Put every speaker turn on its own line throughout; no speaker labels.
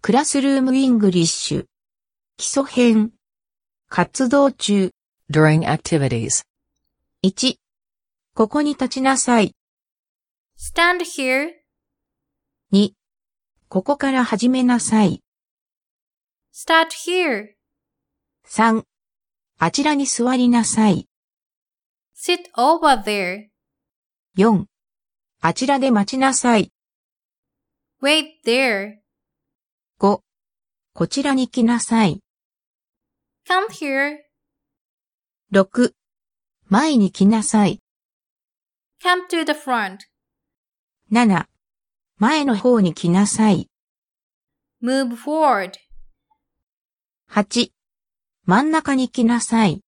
クラスルームイングリッシュ。基礎編。活動中。
during activities.
1。ここに立ちなさい。
Stand here.
2。ここから始めなさい。
Start here.
3。あちらに座りなさい。
Sit over there.
4。あちらで待ちなさい。
Wait there.
5。こちらに来なさい。
Come here.
6。前に来なさい。
Come to the front.
7。前の方に来なさい。
Move forward.
8。真ん中に来なさい。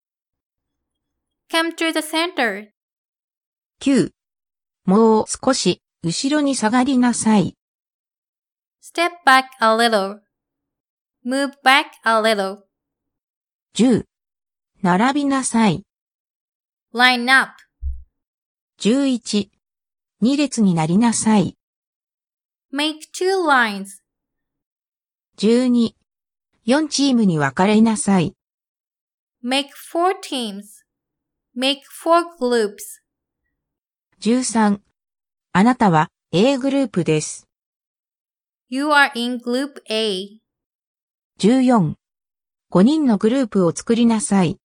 Come to the center.
9。もう少し、後ろに下がりなさい。
Step back a little. Move back a little.
10。並びなさい。
Line up.
11。2列になりなさい。
Make two lines.
12。4チームに分かれなさい。
Make four teams. Make four groups.
13。あなたは A グループです。
You are in group A.
14。5人のグループを作りなさい。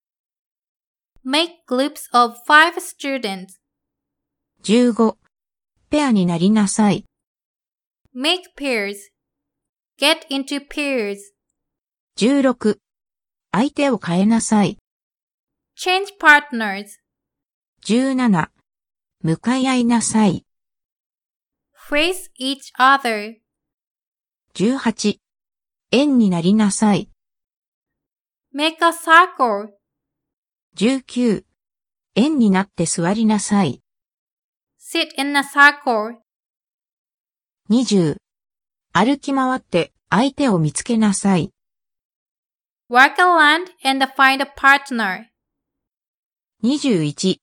Make groups of five students.
15。ペアになりなさい。
Make pairs. Get into pairs.
16。相手を変えなさい。
Change partners.
17。向かい合いなさい。
Face each other.
18。円になりなさい。
Make a circle.
19。円になって座りなさい。
Sit in a circle.
20。歩き回って相手を見つけなさい。
Walk around and find a partner.
21。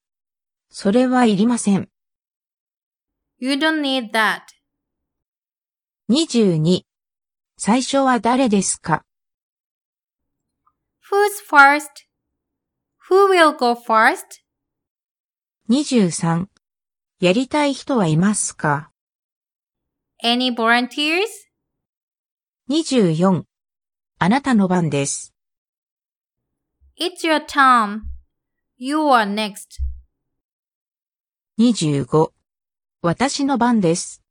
それはいりません。
You don't need that.
22。最初は誰ですか
Who's first? Who will go first?
23. やりたい人はいますか
Any volunteers?
24. あなたの番です。
It's your turn. You are next.
25. 私の番です。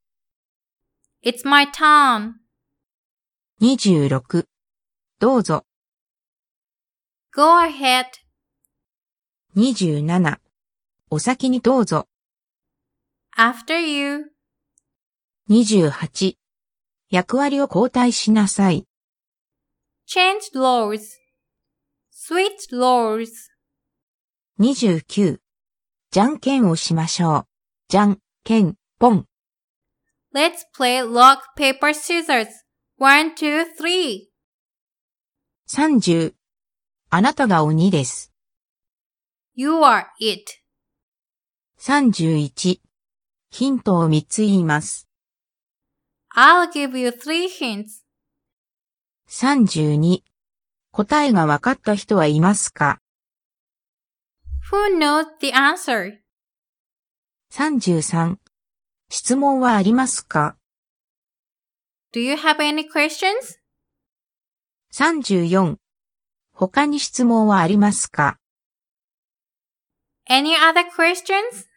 It's my turn.
26. どうぞ。
Go ahead.
27. お先にどうぞ。
After you.
28. 役割を交代しなさい。
Change roles. Switch roles.
29. じゃんけんをしましょう。じゃん、けん、ぽん。
Let's play rock, paper, scissors. One, two, three.
30. あなたが鬼です。
You are it.
31. ヒントを3つ言います。
I'll give you three hints.
32. 答えが分かった人はいますか
Who knows the answer?
33. 質問はありますか
Do you have any questions?
34. 他に質問はありますか
Any other questions?